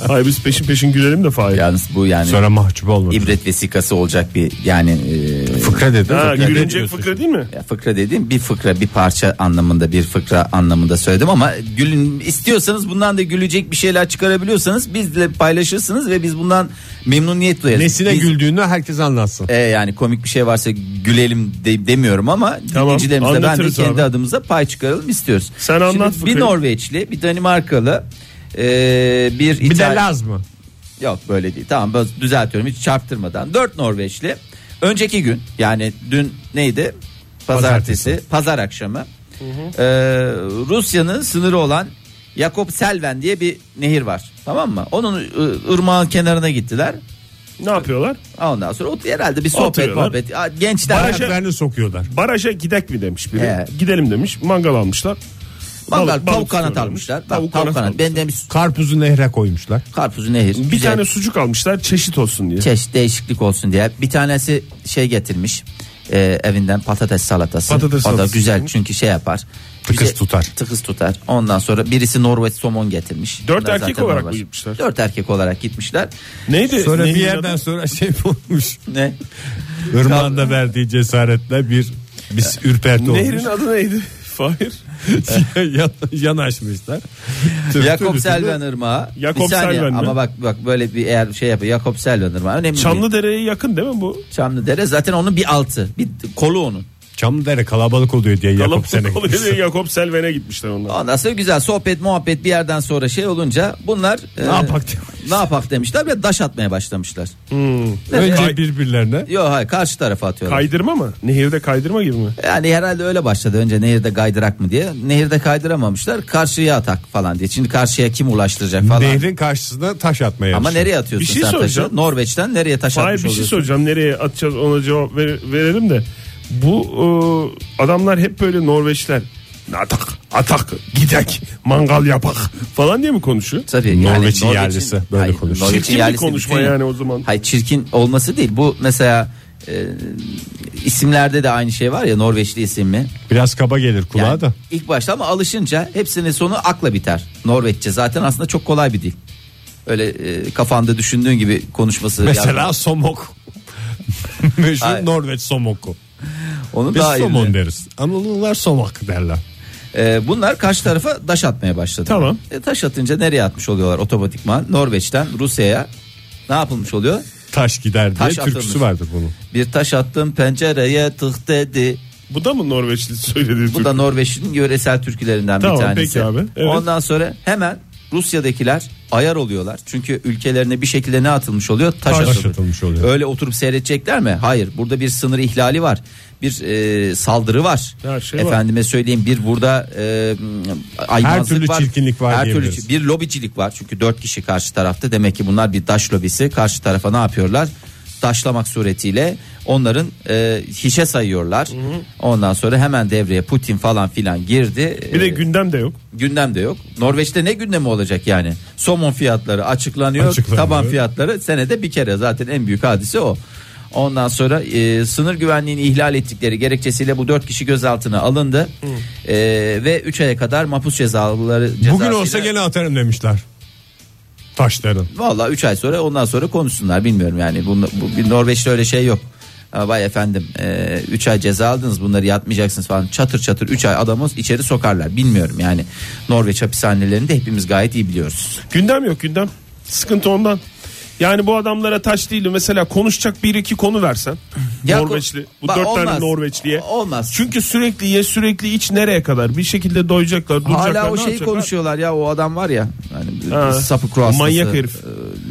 S4: Ay biz peşin peşin gülelim de Fahir.
S3: Yalnız bu yani
S2: Sonra mahcup olmadı.
S3: ibret vesikası olacak bir yani e,
S2: Fıkra dedi.
S4: Ha,
S2: Fıkra dedi
S4: gülünecek
S2: diyorsun.
S4: fıkra değil mi?
S3: ya fıkra dediğim bir fıkra bir parça anlamında bir fıkra anlamında söyledim ama gülün istiyorsanız bundan da gülecek bir şeyler çıkarabiliyorsanız bizle paylaşırsınız ve biz bundan memnuniyet duyarız.
S2: Nesine
S3: Biz-
S2: güldüğünü herkes anlatsın.
S3: E, yani komik bir şey varsa gülelim de- demiyorum ama
S4: Tamam,
S3: dinleyicilerimize ben de
S4: anlatırız
S3: kendi
S4: abi.
S3: adımıza pay çıkaralım istiyoruz.
S4: Sen anlat
S3: Şimdi bir
S4: fıkrayı.
S3: Norveçli, bir Danimarkalı, e, bir
S2: Bir de
S3: İtalyan.
S2: Laz mı?
S3: Yok böyle değil. Tamam ben düzeltiyorum hiç çarptırmadan. 4 Norveçli. Önceki gün yani dün neydi? Pazartesi, pazar akşamı. Ee, Rusya'nın sınırı olan Yakup Selven diye bir nehir var. Tamam mı? Onun ı, ırmağın kenarına gittiler.
S4: Ne yapıyorlar?
S3: Ondan sonra ot- herhalde bir sohbet
S4: Oturuyorlar.
S3: muhabbet. Aa, Gençler
S4: Baraj-
S2: Ayaklarını sokuyorlar.
S4: Baraja gidek mi demiş biri.
S3: He.
S4: Gidelim demiş. Mangal almışlar.
S3: mangal,
S4: Balık- balık
S3: tavuk kanat
S4: istiyorlar
S3: almışlar.
S4: demiş.
S3: Bak, tavuk, kanat.
S4: almışlar.
S3: Ben demiş
S2: Karpuzu nehre koymuşlar.
S3: karpuzu nehir.
S4: Bir
S3: Güzel.
S4: tane sucuk almışlar çeşit olsun diye.
S3: çeşit değişiklik olsun diye. Bir tanesi şey getirmiş e, evinden patates salatası.
S4: Patates
S3: o
S4: salatası
S3: da güzel
S4: getirmiş.
S3: çünkü şey yapar.
S2: Tıkız tutar.
S3: Tıkız tutar. Ondan sonra birisi Norveç somon getirmiş.
S4: Dört
S3: Bunlar
S4: erkek
S3: zaten
S4: olarak mı gitmişler?
S3: Dört erkek olarak gitmişler.
S4: Neydi?
S2: Sonra
S4: Nehrin
S2: bir yerden
S4: adı?
S2: sonra şey (laughs) olmuş.
S3: Ne?
S2: Irmak'ın da verdiği cesaretle bir biz ürperti olmuş.
S4: Nehrin adı neydi? (laughs) Fahir.
S2: (laughs) Yan- Yanaşmışlar.
S3: Jakob Selvan Irmağı.
S4: Jakob
S3: Bir saniye,
S4: Selvan mı?
S3: Ama bak bak böyle bir eğer şey yapıyor. Jakob Selvan Irmağı önemli. bir-
S4: Çamlıdere'ye yakın değil mi bu?
S3: Çamlıdere zaten onun bir altı. Bir kolu onun.
S2: Çamlıdere kalabalık oluyor diye Yakup
S4: Kalabalık
S2: sene
S4: oluyor diye Yakup Selven'e gitmişler onlar.
S3: Ondan sonra güzel sohbet muhabbet bir yerden sonra şey olunca bunlar e,
S2: yapak diyor.
S3: ne yapak demişler ve daş atmaya başlamışlar.
S2: Önce birbirlerine
S3: Yok hayır karşı tarafa atıyorlar.
S4: Kaydırma mı? Nehirde kaydırma gibi mi?
S3: yani herhalde öyle başladı. Önce nehirde kaydırak mı diye. Nehirde kaydıramamışlar. Karşıya atak falan diye. Şimdi karşıya kim ulaştıracak falan.
S2: nehrin karşısına taş atmaya
S3: Ama
S2: yarışıyor.
S3: nereye atıyorsun
S4: Bir şey
S3: sen taşı?
S4: soracağım.
S3: Norveç'ten nereye taş
S4: Hayır bir
S3: atmış
S4: şey
S3: oluyorsun?
S4: soracağım. Nereye atacağız ona cevap ver- verelim de. Bu e, adamlar hep böyle Norveçler. Atak, atak, gidek, mangal yapak falan diye mi konuşuyor?
S3: Tabii, yani
S2: Norveç'in yerlisi böyle
S3: hayır,
S2: konuşuyor.
S3: Norveç'in
S4: Çirkin bir
S3: yerlisi
S4: konuşma
S3: bütün-
S4: yani o zaman.
S3: Hayır çirkin olması değil. Bu mesela e, isimlerde de aynı şey var ya Norveçli isim mi?
S2: Biraz kaba gelir kulağa
S3: Yani
S2: da.
S3: ilk başta ama alışınca hepsinin sonu akla biter. Norveççe zaten aslında çok kolay bir dil. Öyle e, kafanda düşündüğün gibi konuşması.
S2: Mesela
S3: yani
S2: somok. (laughs) Meşhur
S3: Hayır.
S2: Norveç somoku.
S3: onu
S2: Biz
S3: daha iyi
S2: somon
S3: biliyor.
S2: deriz. Anadolular somak derler.
S3: E, bunlar karşı tarafa taş atmaya başladı.
S4: Tamam.
S3: E, taş atınca nereye atmış oluyorlar otomatikman? Norveç'ten Rusya'ya ne yapılmış oluyor?
S2: Taş gider diye
S3: Taş
S2: türküsü
S3: atılmış.
S2: vardır bunun.
S3: Bir taş attım pencereye tık dedi.
S4: Bu da mı Norveçli söylediği
S3: Bu da Norveç'in yöresel türkülerinden
S4: Tamam,
S3: bir tanesi.
S4: peki abi, evet.
S3: Ondan sonra hemen Rusya'dakiler ayar oluyorlar. Çünkü ülkelerine bir şekilde ne atılmış oluyor? Taş,
S2: Taş
S3: atılıyor.
S2: atılmış oluyor.
S3: Öyle oturup seyredecekler mi? Hayır. Burada bir sınır ihlali var. Bir e, saldırı var.
S4: Her şey var.
S3: Efendime söyleyeyim bir burada e, aymazlık
S2: türlü
S3: var.
S2: çirkinlik var
S3: Her türlü
S2: diyebiliriz.
S3: bir lobicilik var. Çünkü dört kişi karşı tarafta. Demek ki bunlar bir daş lobisi. Karşı tarafa ne yapıyorlar? Daşlamak suretiyle onların e, hişe sayıyorlar. Ondan sonra hemen devreye Putin falan filan girdi.
S4: Bir de
S3: E,
S4: gündem de yok.
S3: gündem de yok. Norveç'te ne gündemi olacak yani? Somon fiyatları açıklanıyor.
S2: Açıklanıyor.
S3: Taban fiyatları senede bir kere zaten en büyük hadise o. Ondan sonra e, sınır güvenliğini ihlal ettikleri gerekçesiyle bu dört kişi gözaltına alındı. E, ve 3 aya kadar mahpus cezaları
S2: Bugün olsa gene atarım demişler. Taşların.
S3: Valla 3 ay sonra ondan sonra konuşsunlar bilmiyorum yani. Bunda, bu, Norveç'te öyle şey yok. Ha, Vay efendim 3 ay ceza aldınız bunları yatmayacaksınız falan çatır çatır 3 ay adamı içeri sokarlar bilmiyorum yani Norveç hapishanelerini de hepimiz gayet iyi biliyoruz.
S4: Gündem yok gündem. Sıkıntı ondan. Yani bu adamlara taş değil mesela konuşacak bir iki konu versen.
S3: (clears throat) Ya,
S4: Norveçli. Bu
S3: bak,
S4: dört tane
S3: olmaz.
S4: Norveçliye.
S3: Olmaz.
S4: Çünkü sürekli ye sürekli iç nereye kadar? Bir şekilde doyacaklar, duracaklar.
S3: Hala o
S4: ne
S3: şeyi
S4: yapacaklar?
S3: konuşuyorlar ya o adam var ya hani
S4: Ha,
S3: sapı kruastası.
S4: Manyak herif.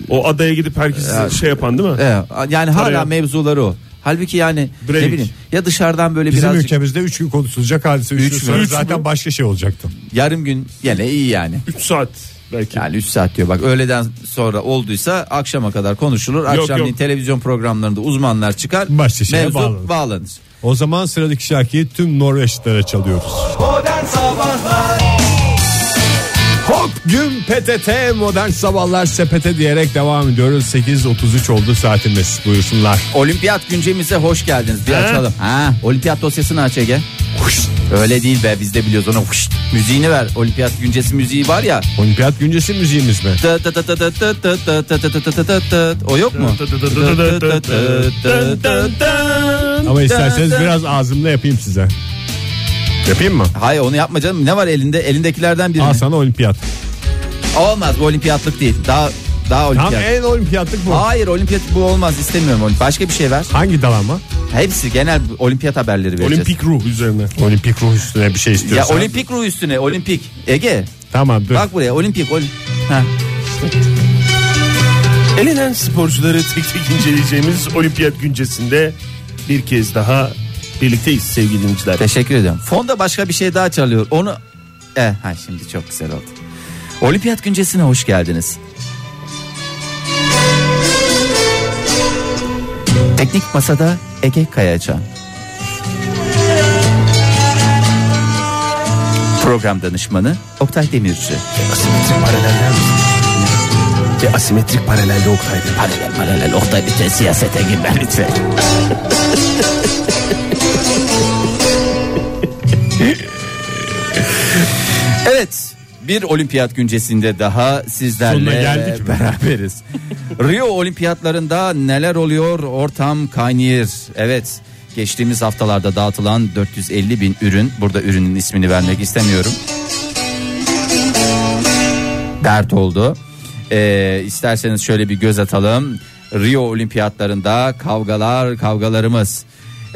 S4: O adaya gidip herkesi
S3: Ya-
S4: şey yapan değil mi?
S3: Ee, yani hala
S4: Arayan.
S3: mevzuları o. Halbuki yani ne
S4: Breivik.
S3: bileyim ya dışarıdan böyle
S2: Bizim
S3: birazcık
S2: ülkemizde 3 gün konuşulacak hadise. 3
S3: Üç
S2: gün
S3: mü?
S2: sonra
S4: Üç mü?
S2: zaten başka şey olacaktı.
S3: yarım gün gene iyi yani.
S4: 3 saat belki.
S3: Yani 3 saat diyor bak öğleden sonra olduysa akşama kadar konuşulur. Akşamleyin
S4: yok.
S3: televizyon programlarında uzmanlar çıkar.
S2: Başka şeye
S3: mevzu
S2: bağlanır.
S3: bağlanır.
S2: O zaman sıradaki şarkıyı tüm Norveçlilere çalıyoruz. Hop gün PTT modern sabahlar sepete diyerek devam ediyoruz. 8.33 oldu saatimiz buyursunlar.
S3: Olimpiyat güncemize hoş geldiniz. Bir açalım. Ha, olimpiyat dosyasını aç Ege. Öyle değil be biz de biliyoruz onu. Huşt. Müziğini ver. Olimpiyat güncesi müziği var ya.
S2: Olimpiyat güncesi müziğimiz mi?
S3: Tı tı tı tı tı tı tı tı tı tı tı tı tı tı tı. O yok mu? Tı tı tı tı tı tı tı tı tı.
S2: Ama isterseniz biraz ağzımla yapayım size. Yapayım mı?
S3: Hayır onu yapma canım. Ne var elinde? Elindekilerden biri.
S2: Al sana olimpiyat.
S3: Olmaz bu olimpiyatlık değil. Daha daha
S2: Tam
S3: olimpiyat.
S2: en olimpiyatlık e, bu.
S3: Hayır olimpiyat bu olmaz istemiyorum olimpiyat. Başka bir şey ver.
S2: Hangi dal ama?
S3: Hepsi genel olimpiyat haberleri vereceğiz.
S4: Olimpik ruh üzerine.
S2: Olimpik ruh üstüne bir şey
S3: Ya
S2: istiyorsan.
S3: olimpik ruh üstüne olimpik. Ege
S2: Tamam dur.
S3: bak buraya olimpik. Olim... Ha.
S4: Elenen sporcuları tek tek inceleyeceğimiz olimpiyat güncesinde bir kez daha birlikteyiz sevgili dinleyiciler.
S3: Teşekkür ediyorum. Fonda başka bir şey daha çalıyor. Onu e ha şimdi çok güzel oldu. Olimpiyat güncesine hoş geldiniz. Teknik masada Ege Kayacan. Program danışmanı Oktay Demirci.
S5: Asimetrik paraleller ve asimetrik paralelde Oktay'dır.
S3: Paralel paralel Oktay lütfen siyasete girme lütfen. evet bir olimpiyat güncesinde daha
S2: Sonuna
S3: sizlerle
S2: geldik mi?
S3: beraberiz. Rio olimpiyatlarında neler oluyor ortam kaynıyor. Evet geçtiğimiz haftalarda dağıtılan 450 bin ürün burada ürünün ismini vermek istemiyorum dert oldu. Ee, isterseniz şöyle bir göz atalım. Rio olimpiyatlarında kavgalar kavgalarımız.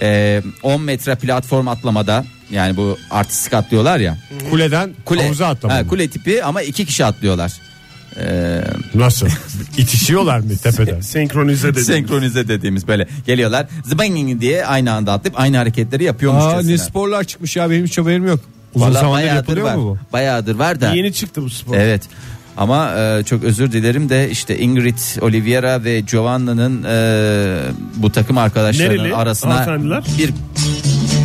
S3: Ee, 10 metre platform atlamada yani bu artistik atlıyorlar ya.
S2: Kuleden
S3: Kule,
S2: havuza atlamalı.
S3: Ha, kule tipi ama iki kişi atlıyorlar. Ee,
S2: Nasıl? (laughs) İtişiyorlar mı tepeden?
S4: Senkronize dedik.
S3: senkronize dediğimiz böyle geliyorlar. Zıbang diye aynı anda atlayıp aynı hareketleri
S2: Aa
S3: yapıyormuşçasına.
S2: ne sporlar çıkmış ya benim hiç haberim yok. Uzun
S3: Vallahi
S2: zamandır
S3: bayağıdır
S2: yapılıyor
S3: var.
S2: mu bu?
S3: Bayağıdır var da.
S4: Yeni çıktı bu spor.
S3: Evet. Ama e, çok özür dilerim de işte Ingrid Oliveira ve Giovanna'nın e, bu takım arkadaşlarının
S4: Nereli
S3: arasına
S4: hanımefendiler?
S3: bir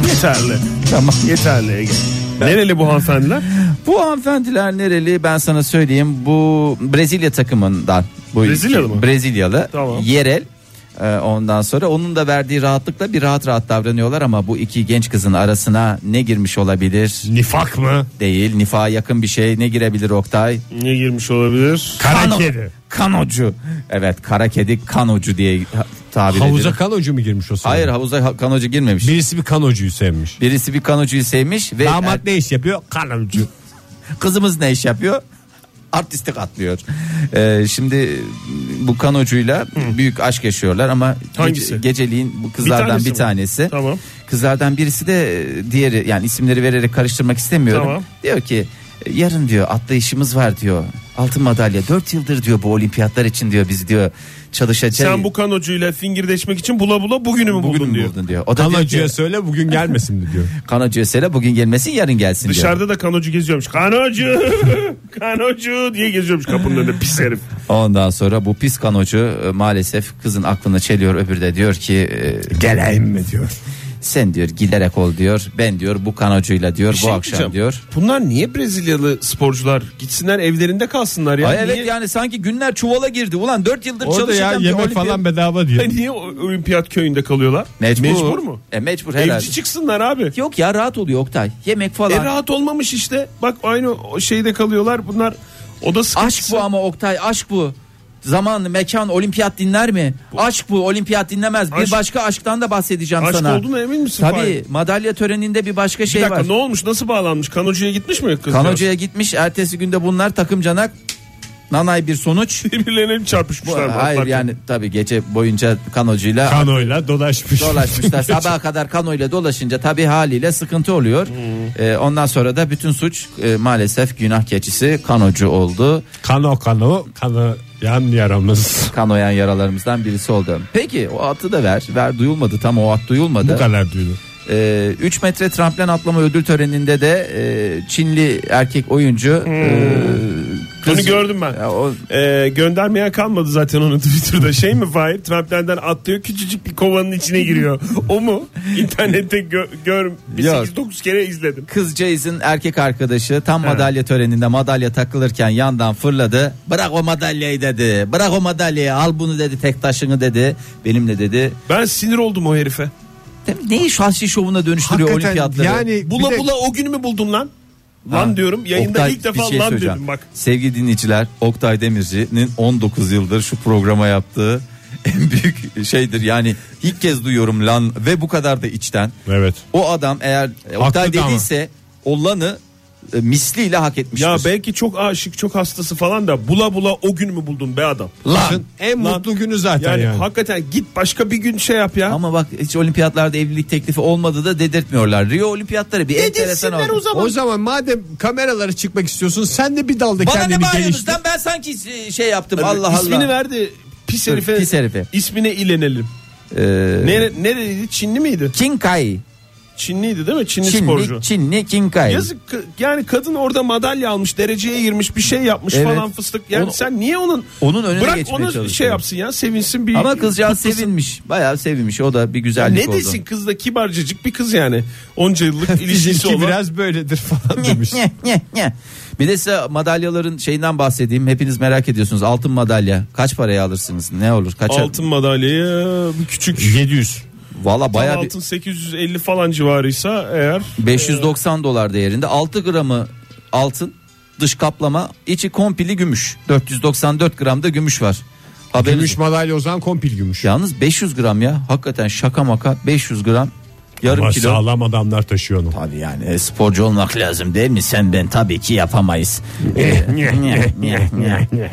S4: Yeterli.
S3: tamam.
S4: Yeterli Ege. Nereli bu hanımefendiler?
S3: Bu hanımefendiler nereli ben sana söyleyeyim. Bu Brezilya takımından. Bu
S4: Brezilyalı
S3: iki-
S4: mı?
S3: Brezilyalı.
S4: Tamam.
S3: Yerel. E, ondan sonra onun da verdiği rahatlıkla bir rahat rahat davranıyorlar ama bu iki genç kızın arasına ne girmiş olabilir?
S2: Nifak mı?
S3: Değil. Nifa yakın bir şey ne girebilir Oktay?
S4: Niye girmiş olabilir?
S2: Kara
S3: Kano-
S2: kedi.
S3: Kanocu. Evet kara kedi kanocu diye ha- tabir
S2: Havuza
S3: edilir.
S2: kanocu mu girmiş o sırada?
S3: Hayır havuza ha- kanocu girmemiş.
S2: Birisi bir kanocuyu sevmiş.
S3: Birisi bir kanocuyu sevmiş ve
S2: Damat ne iş yapıyor? Kanocu.
S3: er- kızımız ne iş yapıyor? (laughs) Artistik atlıyor. Ee, şimdi bu kanocuyla büyük aşk yaşıyorlar ama gece-
S4: Hangisi?
S3: geceliğin bu kızlardan bir,
S4: tanesi mi?
S3: tanesi.
S4: Tamam.
S3: Kızlardan birisi de e, diğeri yani isimleri vererek karıştırmak istemiyorum. "E,
S4: Tamam.
S3: Diyor ki yarın diyor atlayışımız var diyor. altın madalya. 4 yıldır diyor bu olimpiyatlar için diyor biz diyor çalışacağız.
S4: Sen bu kanocuyla fingirdeşmek için bula bula bugünü mü
S3: Şey- bugün
S4: buldun diyor.
S3: buldun diyor. O da diyor ki,
S2: Kanacıya söyle bugün gelmesin
S3: (laughs)
S2: diyor.
S3: Kanacıya söyle bugün gelmesin yarın gelsin diyor.
S4: Dışarıda da kanocu geziyormuş. Kanocu! kanocu diye geziyormuş kapının önünde pis herif.
S3: Ondan sonra bu pis kanocu e, maalesef kızın aklını çeliyor öbürü de diyor ki e,
S2: Geleyim mi diyor.
S3: sen diyor giderek ol diyor. Ben diyor bu kanocuyla diyor bu
S4: Şey
S3: akşam
S4: diyeceğim,
S3: diyor.
S4: Bunlar niye Brezilyalı sporcular? Gitsinler evlerinde kalsınlar ya.
S3: Ay
S4: niye,
S3: evet yani sanki günler çuvala girdi. Ulan 4 yıldır
S2: Orada ya
S3: çalışacağım. bir
S2: yemek
S3: olimpiyat-
S2: falan bedava diyor.
S4: niye o- olimpiyat köyünde kalıyorlar?
S3: Mecbur.
S4: mu?
S3: E mecbur herhalde.
S4: Evci çıksınlar abi.
S3: Yok ya rahat oluyor Oktay. Yemek falan.
S4: E rahat olmamış işte. Bak aynı o şeyde kalıyorlar. Bunlar o da sıkıntısı.
S3: Aşk bu ama Oktay aşk bu. Zaman, mekan, olimpiyat dinler mi? Aşk bu, olimpiyat dinlemez. Bir
S4: Aşk-
S3: başka aşktan da bahsedeceğim
S4: Aşk
S3: sana.
S4: olduğuna emin misin
S3: Tabii
S4: Fahir?
S3: madalya töreninde bir başka
S4: Bir
S3: şey
S4: dakika
S3: var.
S4: ne olmuş? Nasıl bağlanmış? Kanocuya gitmiş mi kız?
S3: Kanoca'ya gitmiş, ertesi günde bunlar takım canak. Nanay bir sonuç.
S4: (laughs) Birbirlerine mi
S3: Bu,
S4: çarpışmışlar?
S3: hayır
S4: Baklar.
S3: yani tabii gece boyunca kanocuyla
S2: Kanoyla dolaşmış. (laughs)
S3: dolaşmışlar. Sabaha kadar kanoyla dolaşınca tabii haliyle sıkıntı oluyor.
S2: Hmm.
S3: Ee, ondan sonra da bütün suç e, maalesef günah keçisi kanocu oldu.
S2: Kano kano kanı yan yaramız.
S3: Kanoyan yaralarımızdan birisi oldu. Peki o atı da ver. Ver duyulmadı tam o at duyulmadı.
S2: Bu kadar duydu.
S3: 3 metre tramplen atlama ödül töreninde de e, Çinli erkek oyuncu
S2: Hmm.
S3: e,
S4: Bunu gördüm ben.
S3: Ya o-
S4: Ee, göndermeye kalmadı zaten onu Twitter'da. Şey mi Fahir? Tramplerden atlıyor küçücük bir kovanın içine giriyor. o (laughs) mu? İnternette gö- gör, bir
S3: Yok.
S4: 8-9 kere izledim.
S3: Kız Jason erkek arkadaşı tam madalya töreninde madalya takılırken yandan fırladı. Bırak o madalyayı dedi. Bırak o madalyayı al bunu dedi tek taşını dedi. Benimle dedi.
S4: Ben sinir oldum o herife.
S3: Değil mi? Neyi şahsi şovuna dönüştürüyor
S2: Hakikaten
S3: olimpiyatları?
S2: yani bir
S4: Bula
S2: de-
S4: bula o günü mü buldun lan? Lan diyorum yayında
S3: Oktay,
S4: ilk
S3: bir
S4: defa
S3: şey
S4: lan
S3: söyleyeceğim.
S4: dedim bak.
S3: Sevgili dinleyiciler Oktay Demirci'nin 19 yıldır şu programa yaptığı (laughs) en büyük şeydir. Yani ilk kez duyuyorum lan ve bu kadar da içten.
S2: Evet.
S3: O adam eğer e, Oktay
S2: Haklı da ama.
S3: dediyse o lanı e, misliyle hak etmiştir.
S4: Ya belki çok aşık çok hastası falan da bula bula o gün mü buldun be adam?
S3: Lan.
S2: En
S4: Lan.
S2: mutlu günü zaten
S4: Yani,
S2: yani.
S4: hakikaten git başka bir gün şey yap ya.
S3: Ama bak hiç olimpiyatlarda evlilik teklifi olmadı da dedirtmiyorlar. Rio olimpiyatları bir enteresan
S4: dedirsinler
S3: oldu.
S4: o zaman.
S2: O zaman madem kameralara çıkmak istiyorsun sen de bir dalda
S3: Bana ne
S2: kendini
S3: bağırıyorsunuz
S2: geliştir.
S3: lan ben sanki şey yaptım Allah Allah.
S4: İsmini verdi pis
S3: Dur,
S4: herife.
S3: pis herife.
S4: İsmine ilenelim.
S3: Ee,
S4: Nere, nereliydi? Çinli miydi?
S3: King Kai.
S4: Çinliydi değil mi? Çinli, sporcu.
S3: Çinli, Çinli King Kai.
S4: Yazık kı- yani kadın orada madalya almış dereceye girmiş bir şey yapmış
S3: Evet.
S4: falan fıstık. Yani
S3: Onu-
S4: sen niye onun
S3: Onun önüne
S4: bırak
S3: geçmeye
S4: onu
S3: çalışıyor.
S4: şey yapsın ya sevinsin bir.
S3: Ama kızcağız
S4: kutlasın.
S3: sevinmiş. Bayağı sevinmiş. O da bir
S4: Ya
S3: güzellik
S4: ne
S3: oldu.
S4: desin kız da kibarcıcık bir kız yani.
S3: (laughs)
S4: Onca yıllık ilişkisi
S2: Bizimki
S4: olan.
S2: biraz böyledir falan demiş.
S3: Nye, nye, nye. Bir de size madalyaların şeyinden bahsedeyim. Hepiniz merak ediyorsunuz. Altın madalya kaç paraya alırsınız? Ne olur? Kaça?
S4: Altın madalyaya bir küçük.
S2: 700.
S3: Valla
S4: Tam
S3: bayağı bir
S4: altın 850 falan civarıysa eğer
S3: 590 dolar değerinde. 6 gramı altın dış kaplama içi kompili gümüş. 494 gram da gümüş var. Haberiniz-
S2: Gümüş madalya o zaman kompil gümüş.
S3: Yalnız 500 gram ya. Hakikaten şaka maka 500 gram. Yarım
S2: Ama
S3: kilo.
S2: sağlam adamlar taşıyor onu.
S3: Tabii yani
S2: (laughs)
S3: e, sporcu olmak lazım değil mi? Sen ben tabii ki yapamayız. Ee,